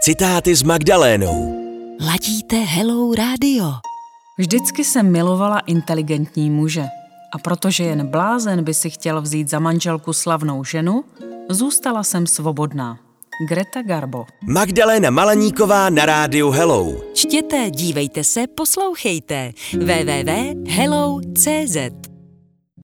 Citáty s Magdalénou. Ladíte Hello Radio. Vždycky jsem milovala inteligentní muže. A protože jen blázen by si chtěl vzít za manželku slavnou ženu, zůstala jsem svobodná. Greta Garbo. Magdaléna Malaníková na rádiu Hello. Čtěte, dívejte se, poslouchejte. www.hello.cz